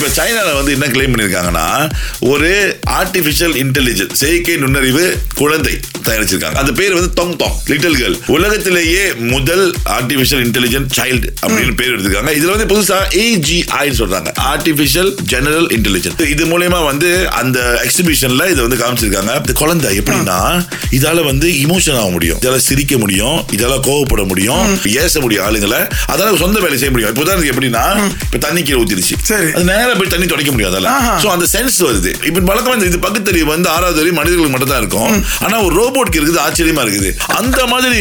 இப்போ சைனால வந்து என்ன கிளைம் பண்ணியிருக்காங்கன்னா ஒரு ஆர்டிஃபிஷியல் இன்டெலிஜென்ஸ் செயற்கை நுண்ணறிவு குழந்தை தயாரிச்சிருக்காங்க அந்த பேர் வந்து தொங் தொங் லிட்டில் கேர்ள் உலகத்திலேயே முதல் ஆர்டிஃபிஷியல் இன்டெலிஜென்ட் சைல்டு அப்படின்னு பேர் எடுத்திருக்காங்க இதுல வந்து புதுசா ஏஜிஐ சொல்றாங்க ஆர்டிஃபிஷியல் ஜெனரல் இன்டெலிஜென்ஸ் இது மூலயமா வந்து அந்த எக்ஸிபிஷன்ல இதை வந்து காமிச்சிருக்காங்க இந்த குழந்தை எப்படின்னா இதால வந்து இமோஷன் ஆக முடியும் இதால சிரிக்க முடியும் இதால கோவப்பட முடியும் ஏச முடியும் ஆளுங்களை அதால சொந்த வேலை செய்ய முடியும் இப்போ உதாரணத்துக்கு எப்படின்னா இப்போ தண்ணி கீழே ஊத்திருச்சு சரி. அது நேரா போய் தண்ணி துடைக்க முடியாது அதெல்லாம் ஆஹா. ஸோ அந்த சென்ஸ் வருது இப்போ வழக்கமா இந்த இது பகுத்தறிவு வந்து ஆறாவது அறிவு மனிதர்களுக்கு மட்டும் தான் இருக்கும் ஆனா ஒரு ரோபோட்க்கு இருக்குது ஆச்சரியமா இருக்குது அந்த மாதிரி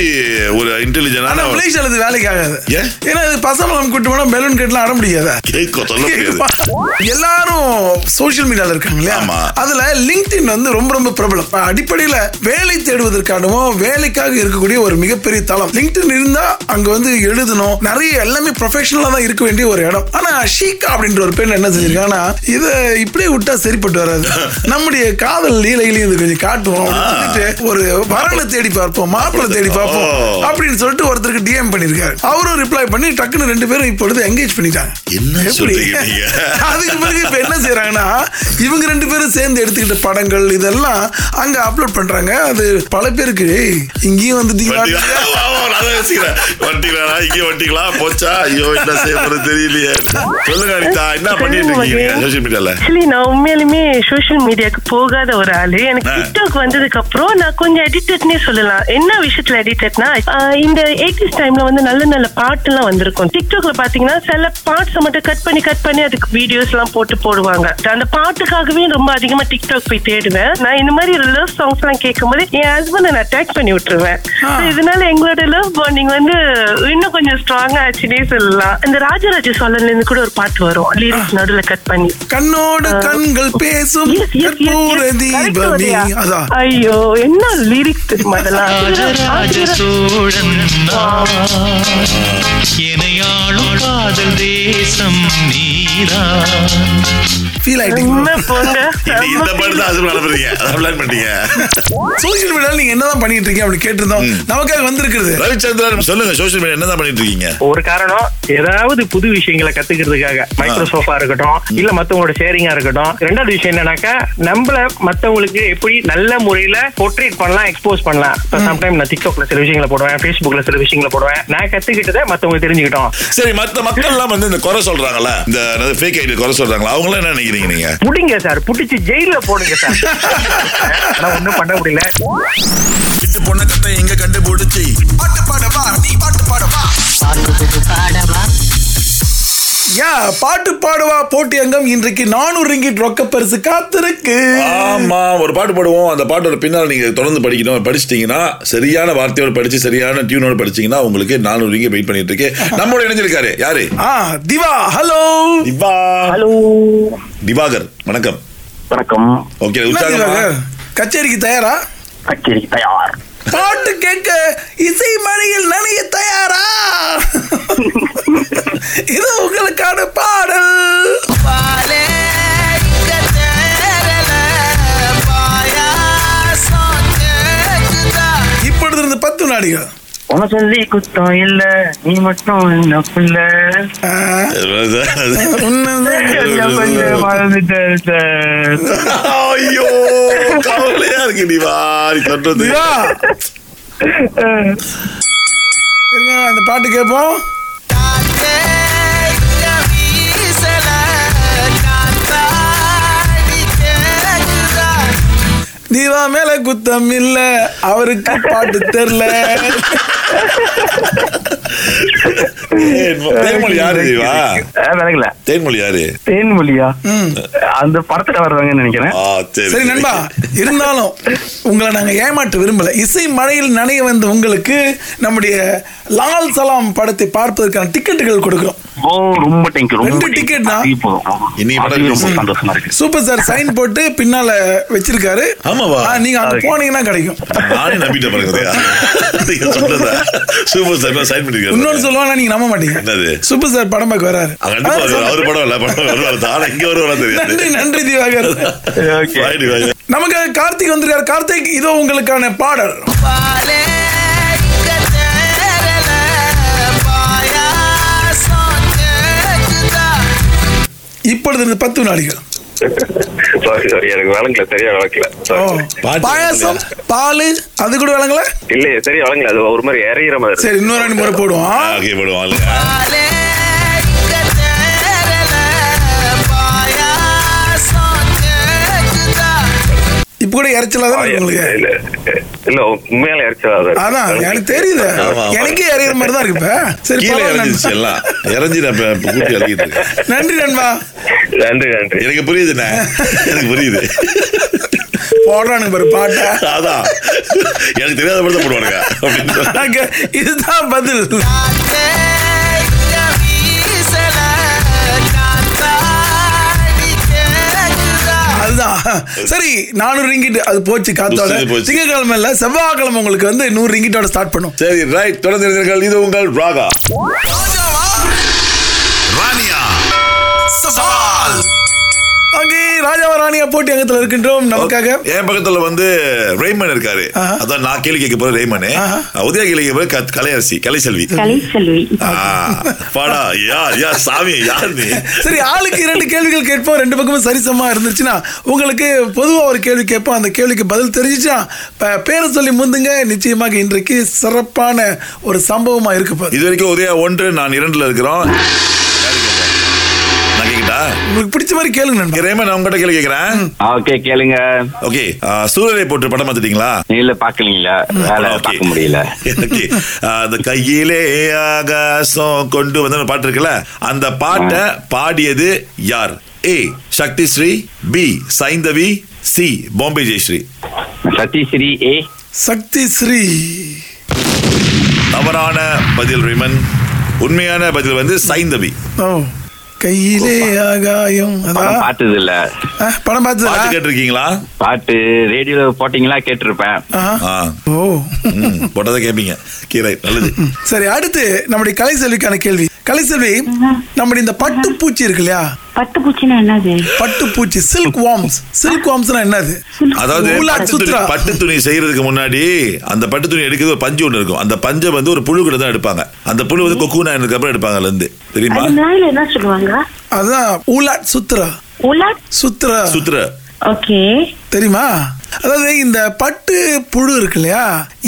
ஒரு ஆனா இன்டெலிஜென்டான பிளேஸ் எழுது வேலைக்கு ஆகாது ஏன்? ஏன்னா இது பசமலம் கூட்டு போனா பெலூன் கட்டலாம் அட முடியாதா கேட்க சொல்ல முடியாது எல்லாரும் சோஷியல் மீடியால இருக்காங்க இல்லையா ஆமா. அதுல லிங்க்டின் வந்து ரொம்ப ரொம்ப பிரபலம் அடிப்படையில வேலை தேடுவதற்காகவும் வேலைக்காக இருக்கக்கூடிய ஒரு மிகப்பெரிய தளம் லிங்க்டின் இருந்தா அங்க வந்து எழுதணும் நிறைய எல்லாமே ப்ரொஃபஷனலா தான் இருக்க வேண்டிய ஒரு இடம் ஆனா ஷீகா அப்படின்ற ஒரு பெண் என்ன செஞ்சிருக்காங்கன்னா இதை இப்படியே விட்டா சரிப்பட்டு வராது நம்முடைய காதல் லீலைகளையும் இது கொஞ்சம் காட்டுவோம் அப்படின்னு சொல்லிட்டு ஒரு வரனை தேடி பார்ப்போம் மாப்பிள்ளை தேடி பார்ப்போம் ஓ. அப்படின்னு சொல்லிட்டு ஒருத்தருக்கு டிஎம் பண்ணிருக்காரு அவரும் ரிப்ளை பண்ணி டக்குன்னு ரெண்டு பேரும் இப்பொழுது எங்கேஜ் பண்ணிட்டாங்க என்ன எப்படி? சொல்றீங்க நீங்க அதுக்கு பிறகு இப்ப என்ன செய்யறாங்கன்னா இவங்க ரெண்டு பேரும் சேர்ந்து எடுத்துக்கிட்ட படங்கள் இதெல்லாம் அங்க அப்லோட் பண்றாங்க அது பல பேருக்கு "ஏய், இங்கேயும் வந்துட்டீங்களா வண்டிகளா? ஆமா, நான் அதான் யோசிக்கிறேன். வண்டிகளாடா, இங்கே வண்டிகளா? போச்சா? ஐயோ, என்ன செய்ய போறது தெரியலையே. சொல்லுங்க அனிதா, என்ன பண்ணிட்டு இருக்கீங்க social mediaல? ஆக்சுவலி நான் உண்மையாலுமே சோஷியல் மீடியாக்கு போகாத ஒரு ஆளு எனக்கு ஆ. டிக்டாக் வந்ததுக்கு அப்புறம் நான் கொஞ்சம் எடிட்டட்னே சொல்லலாம் என்ன விஷயத்துல எடிட்டட்னா இந்த எயிட்டிஸ் டைம்ல வந்து நல்ல நல்ல பாட்டு எல்லாம் வந்திருக்கும் டிக்டாக்ல பாத்தீங்கன்னா சில பாட்ஸ் மட்டும் கட் பண்ணி கட் பண்ணி அதுக்கு வீடியோஸ் எல்லாம் போட்டு போடுவாங்க அந்த பாட்டுக்காகவே ரொம்ப அதிகமா டிக்டாக் போய் தேடுவேன் நான் இந்த மாதிரி லவ் சாங்ஸ் எல்லாம் கேட்கும் போது என் ஹஸ்பண்ட் நான் அட்டாக் பண்ணி விட்டுருவேன் ஆ. So, இதனால எங்களோட லவ் பாண்டிங் வந்து இன்னும் கொஞ்சம் ஸ்ட்ராங்கா ஆச்சுன்னே சொல்லலாம் இந்த ராஜராஜ சோழன்ல இருந்து கூட ஒரு பாட்டு வரும் லிரிக்ஸ் நடுவுல கட் பண்ணி கண்ணோடு கண்கள் பேசும் Yes, yes, கற்பூர yes, yes. Correct, தீபமே உதயா. அதான் ஐயோ என்ன லிரிக்ஸ் தெரியுமா அதெல்லாம் ராஜராஜ சோழன் நான். என்னையாளும் காதல் தேசம் நீரா ஃபீல் ஆயிட்டீங்க உண்மை போங்க இது இந்த பாட்டு தான் husband அனுப்புறீங்க. அதை plan பண்ணிட்டீங்க. சோஷியல் மீடியால நீங்க என்னதான் பண்ணிட்டு இருக்கீங்க அப்படி கேட்டிருந்தோம் நமக்காக வந்திருக்கிறது ரவிச்சந்திரன், சொல்லுங்க social media என்னதான் பண்ணிட்டு இருக்கீங்க? ஒரு காரணம் ஏதாவது புது விஷயங்களை கத்துக்கிறதுக்காக மைக்ரோசாஃப்டா இருக்கட்டும் இல்ல மத்தவங்களோட ஷேரிங்கா இருக்கட்டும் ரெண்டாவது விஷயம் என்னன்னாக்கா நம்மள மத்தவங்களுக்கு எப்படி நல்ல முறையில போர்ட்ரேட் பண்ணலாம் எக்ஸ்போஸ் பண்ணலாம் இப்போ சம்டைம் நான் டிக்டாக்ல சில விஷயங்களை போடுவேன் ஃபேஸ்புக்ல சில விஷயங்களை போடுவேன் நான் கத்துக்கிட்டதை மத்தவங்க தெரிஞ்சுக்கிட்டோம் சரி மத்த மக்கள் எல்லாம் வந்து இந்த குறை சொல்றாங்கல்ல இந்த என்னது fake ID குறை சொல்றாங்கல்ல, அவங்களாம் என்ன நினைக்கிறீங்க நீங்க புடிங்க சார் புடிச்சு ஜெயில போடுங்க சார் நான் ஒண்ணும் பண்ண முடியல விட்டு போன கத்தை எங்க கண்டுபிடிச்சி? யா பாட்டு பாடுவா போட்டி அங்கம் இன்றைக்கு நானூறு ரிங்கிட் ரொக்க பரிசு காத்திருக்கு ஆமா ஒரு பாட்டு பாடுவோம் அந்த பாட்டோட பின்னால் நீங்க தொடர்ந்து படிக்கணும் படிச்சிட்டீங்கன்னா சரியான வார்த்தையோட படிச்சு சரியான டியூனோட படிச்சீங்கன்னா உங்களுக்கு நானூறு ரீங்க வெயிட் பண்ணிட்டு இருக்கு நம்மளோட இணைஞ்சிருக்காரு யாரு ஆ திவா ஹலோ திவா ஹலோ திவாகர் வணக்கம் வணக்கம் ஓகே உற்சாகமா கச்சேரிக்கு தயாரா கச்சேரி தயார் பாட்டு கேட்க இசை மழையில் நனைய தயாரா இது உங்களுக்கான பாடல் இப்பொழுது இருந்து பத்து வினாடிகள் உன சொல்லி குத்தம் இல்ல நீ மட்டும் என்ன புள்ள ஆ, உன்னதான் கொஞ்சம் கொஞ்சம் மறந்துட்டேன் சார். ஐயோ கவலையா இருக்கு திவா நீ சொல்றது திவா. இருங்க, அந்த பாட்டு கேட்போம் தீவா மேல குத்தம் இல்ல அவருக்கு பாட்டு தெரியல ஏய், தேன்மொழி யாரு திவா ஆ, விளக்கல தேன்மொழி யாரு தேன்மொழியா அந்த படத்துல வர்றவங்கன்னு நினைக்கிறேன் ஆ சரி சரி நண்பா இருந்தாலும் உங்களை நாங்க ஏமாற்ற விரும்பல இசை மழையில் நனைய வந்த உங்களுக்கு நம்முடைய லால் சலாம் படத்தை பார்ப்பதற்கான டிக்கெட்டுகள் கொடுக்கிறோம் ஓ ரொம்ப தேங்க்யூ ரொம்ப ரெண்டு thank you. ticket-னா? அதுவே போதும் இன்னைக்கு படம் அதுவே ரொம்ப release. சந்தோஷமா இருக்கு சூப்பர் சார் சைன் போட்டு பின்னால வச்சிருக்காரு ஆமாவா? ஆ, நீங்க அங்க Okay. போனீங்கன்னா கிடைக்கும் நானே நம்பிட்டேன் பாருங்க உதயா. நீங்க சொல்றதா சூப்பர் சார் சைன் இன்னொன்னு பண்ணிருக்காரு சொல்லுவாங்க நீங்க நம்ப மாட்டீங்க என்னது? சூப்பர் சார் படம் பார்க்க வராரு அங்க கண்டிப்பா ஆ, வருவாரு. அவரு படம் இல்ல படம் வருவாரு தானே இங்க வருவாரா தெரியாது நன்றி நன்றி திவாகர் Okay. Bye, bye. நமக்கு கார்த்திக் வந்திருக்காரு கார்த்திக் இதோ உங்களுக்கான பாடல் இப்பொழுது இருந்து பத்து நாளிகள் சாரி சாரி எனக்கு வழங்கல சரியா வழங்கல ஓ, Sorry. பாட்டு பாயாசம் பால் அது கூட வழங்கல இல்லையே சரியா வழங்கல அது ஒரு மாதிரி இறையிற மாதிரி சரி இன்னொரு ரெண்டு முறை போடுவோம் ஓகே போடுவோம் இல்லையா இப்ப கூட இறைச்சலா தான் இருக்கு இல்ல, உங்களுக்கு இல்ல, இல்ல உண்மையால இறைச்சலா தான் இருக்கு. அதான் எனக்கு தெரியுது ஆமா, ஆமா. எனக்கே அறியற மாதிரி தான் இருக்கு இப்ப சரி கீழே பரவாயில்ல இறஞ்சிருச்சு நண்பா. எல்லாம் இறஞ்சி நான் இப்ப- இப்ப கூட்டி இறங்கிட்டு இருக்கேன் நன்றி நண்பா நன்றி நன்றி எனக்கு புரியுதுண்ணே எனக்கு புரியுது போடுறானுங்க பாரு பாட்டா அதான் எனக்கு தெரியாத படத்தை போடுவானுங்க அப்படின்னு அங்க- இதுதான் பதில் அதுதான் சரி நானூறு ரிங்கிட் அது போச்சு காத்தோட புஸ்தகம் போச்சு. திங்கக்கிழமை இல்ல செவ்வாய்க்கிழமை உங்களுக்கு வந்து நூறு ரிங்கிட்டோட ஸ்டார்ட் பண்ணும் சரி ரைட் தொடர்ந்து இருந்தீர்கள் இது உங்கள் ராகா ராணியா அங்கே ராஜாவா ராணியா போட்டி அங்கத்துல இருக்கின்றோம் நமக்காக என் பக்கத்துல வந்து ரெய்மன் இருக்காரு ஆஹா. அதான் நான் கேள்வி கேட்க போற ரெய்மனு ஆஹா. உதயா கேள்வி கேட்க போற க- கலையரசி கலைசெல்வி கலைச்செல்வி ஆ, பாடா யா யா சாமி யார் நீ சரி ஆளுக்கு இரண்டு கேள்விகள் கேட்போம் ரெண்டு பக்கமும் சரிசமா இருந்துச்சுன்னா உங்களுக்கு பொதுவா ஒரு கேள்வி கேட்போம் அந்த கேள்விக்கு பதில் தெரிஞ்சுச்சா ப- பேரை சொல்லி முந்துங்க நிச்சயமாக இன்றைக்கு சிறப்பான ஒரு சம்பவமா இருக்க போகுது இது வரைக்கும் உதயா ஒன்று நான் இரண்டுல இருக்கிறோம் யாரு கேட்பா? நான் கேக்கிட்டா உங்களுக்கு பிடிச்ச மாதிரி கேளுங்க நண்பா ரேமன் உங்ககிட்ட கேள்வி கேட்கிறேன் ஓகே கேளுங்க ஓகே சூரியரை போட்டு படம் பார்த்துட்டீங்களா இல்ல பாக்கலீங்களா வேலை Okay. பார்க்க முடியல Okay. ஆ, அந்த கையிலே ஆகாசம் கொண்டு வந்த ஒரு பாட்டு இருக்குல்ல அந்த பாட்டை பாடியது யார் A Sakthi Sri B Saindhavi C Bombay Jayashri சதீஸ்ரீ ஏ சக்தி ஸ்ரீ தவறான பதில் ரிமன் உண்மையான பதில் வந்து சைந்தவி ஓ கையிலே ஆகாயம் படம் அதான் பார்த்தது இல்ல ஆ, படம் பாட்டு பார்த்தது கேட்டிருக்கீங்களா பாட்டு ரேடியோல போட்டீங்களா கேட்டிருப்பேன் ஆ, ஓ ம், போட்டதை கேட்பீங்க கீரை நல்லது சரி அடுத்து நம்முடைய கலைசெல்விக்கான கேள்வி கலைசெல்வி நம்முடைய இந்த பட்டு பூச்சி இருக்கு இல்லையா பட்டு பூச்சினா என்னது பட்டு பூச்சி சில்க் வார்ம்ஸ் சில்க் வார்ம்ஸ்னா என்னது அதாவது உலா பட்டு துணி சுத்ரா. பட்டு துணி செய்யறதுக்கு முன்னாடி அந்த பட்டு துணி எடுக்கிறது ஒரு பஞ்சு ஒன்று இருக்கும் அந்த பஞ்சை வந்து ஒரு புழு கூட தான் எடுப்பாங்க அந்த புழு வந்து கொக்குனா அப்புறம் எடுப்பாங்க அதுல இருந்து தெரியுமா அது நாயில என்ன சொல்லுவாங்க அதான் ஊலாட் சுத்ரா உலா சுத்ரா சுத்துற ஓகே தெரியுமா அதாவது இந்த பட்டு புழு இருக்கு இல்லையா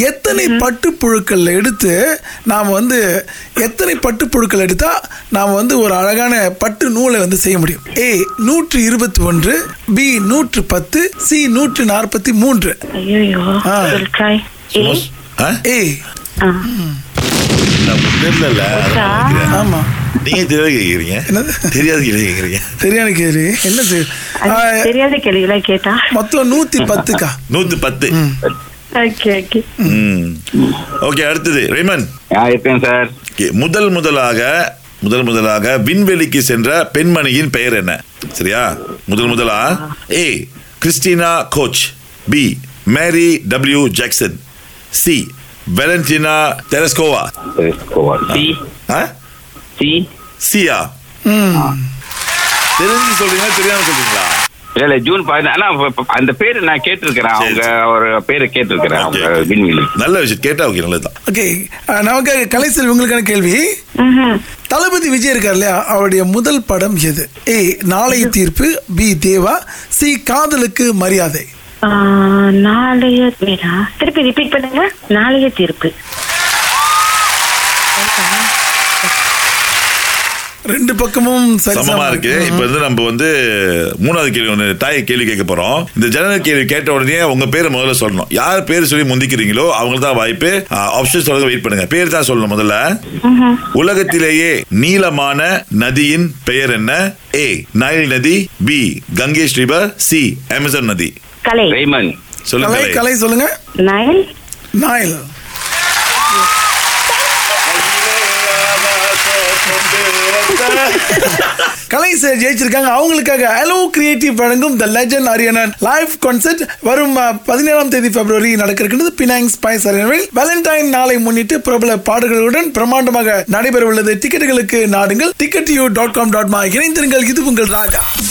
எத்தனை பட்டு புழுக்கள் எடுத்து நாம் வந்து எத்தனை பட்டு புழுக்கள் எடுத்தா நாம் வந்து ஒரு அழகான பட்டு நூலை வந்து செய்ய முடியும் ஏ நூற்று இருபத்தி ஒன்று பி நூற்று பத்து சி நூற்று நாற்பத்தி மூன்று ஐயோ ஆ. ட்ரை ஏ ஆ? ஏ ஆ. ah, நான் உங்களுக்கு தெரியலல்ல, அதான் நான் கேக்குறேன். ஆமா நீங்க தெரியாது கேக்குறீங்க என்னது? தெரியாது கேள்வி கேக்குறீங்க சரியான கேள்வி என்ன செய்ய- அது ஆ, தெரியாத கேள்விலாம் கேட்டா மொத்தம் நூத்தி பத்துக்கா நூத்து பத்து ஓகே ஓகே ஓகே அடுத்தது ரேமன் ஆ, இருக்கேன் சார் Okay, முதல் முதலாக முதல் முதலாக விண்வெளிக்கு சென்ற பெண்மணியின் பெயர் என்ன சரியா முதல் முதலா A Christina Koch B Mary W Jackson C Valentina Tereshkova C ஆ? சி சியா தெரிஞ்சு சொல்றீங்களா தெரியாம சொல்றீங்களா இல்ல இல்ல ஜூன் பதினா- ஆனா ப- ப- அந்த பேரு நான் கேட்டிருக்கிறேன் சரி, அவங்க சரி. ஒரு பேரு கேட்டிருக்கிறேன் அவங்க Okay, okay. விண்வெளி நல்ல விஷயம் கேட்டா ஓகே நல்லதுதான் ஓகே நமக்கு கலைசெல்வி உங்களுக்கான கேள்வி தளபதி விஜய் இருக்கார் இல்லையா அவருடைய முதல் படம் எது A Naalaiya Theerpu B Deva C Kadhalukku Mariyadhai ஆ, நாளைய வேணா திருப்பி ரிப்பீட் பண்ணுங்க நாளைய தீர்ப்பு ரெண்டு பக்கமும் சரி சமமா இருக்கு இப்ப வந்து நம்ம வந்து மூணாவது கேள்வி ஒன்று தாய் கேள்வி கேட்க போறோம் இந்த ஜெனரல் கேள்வி கேட்ட உடனே உங்க பேரை முதல்ல சொல்லணும் யார் பேர் சொல்லி முந்திக்கிறீங்களோ அவங்களுக்கு தான் வாய்ப்பு ஆப்ஷன் சொல்றது வெயிட் பண்ணுங்க பேர் தான் சொல்லணும் முதல்ல உலகத்திலேயே நீளமான நதியின் பெயர் என்ன ஏ நைல் நதி B Ganges river C Amazon நதி கலை ரேமன் கலை சொல்லுங்க கலை சொல்லுங்க நயல் நாயல் கலை சார் ஜெயிச்சிருக்காங்க அவங்களுக்காக ஹலோ கிரியேட்டிவ் வழங்கும் த லெஜண்ட் அரியனன் லைவ் கான்சர்ட் வரும் அஹ், பதினேழாம் தேதி பிப்ரவரி நடக்க இருக்கின்றது பினாங் ஸ்பைஸ் அரியனில் வேலண்டைன் நாளை முன்னிட்டு பிரபல பாடல்களுடன் பிரம்மாண்டமாக நடைபெற உள்ளது டிக்கெட்டுகளுக்கு நாடுங்கள் ticket U dot com dot மா இணைந்திருங்கள் இது உங்கள் ராகா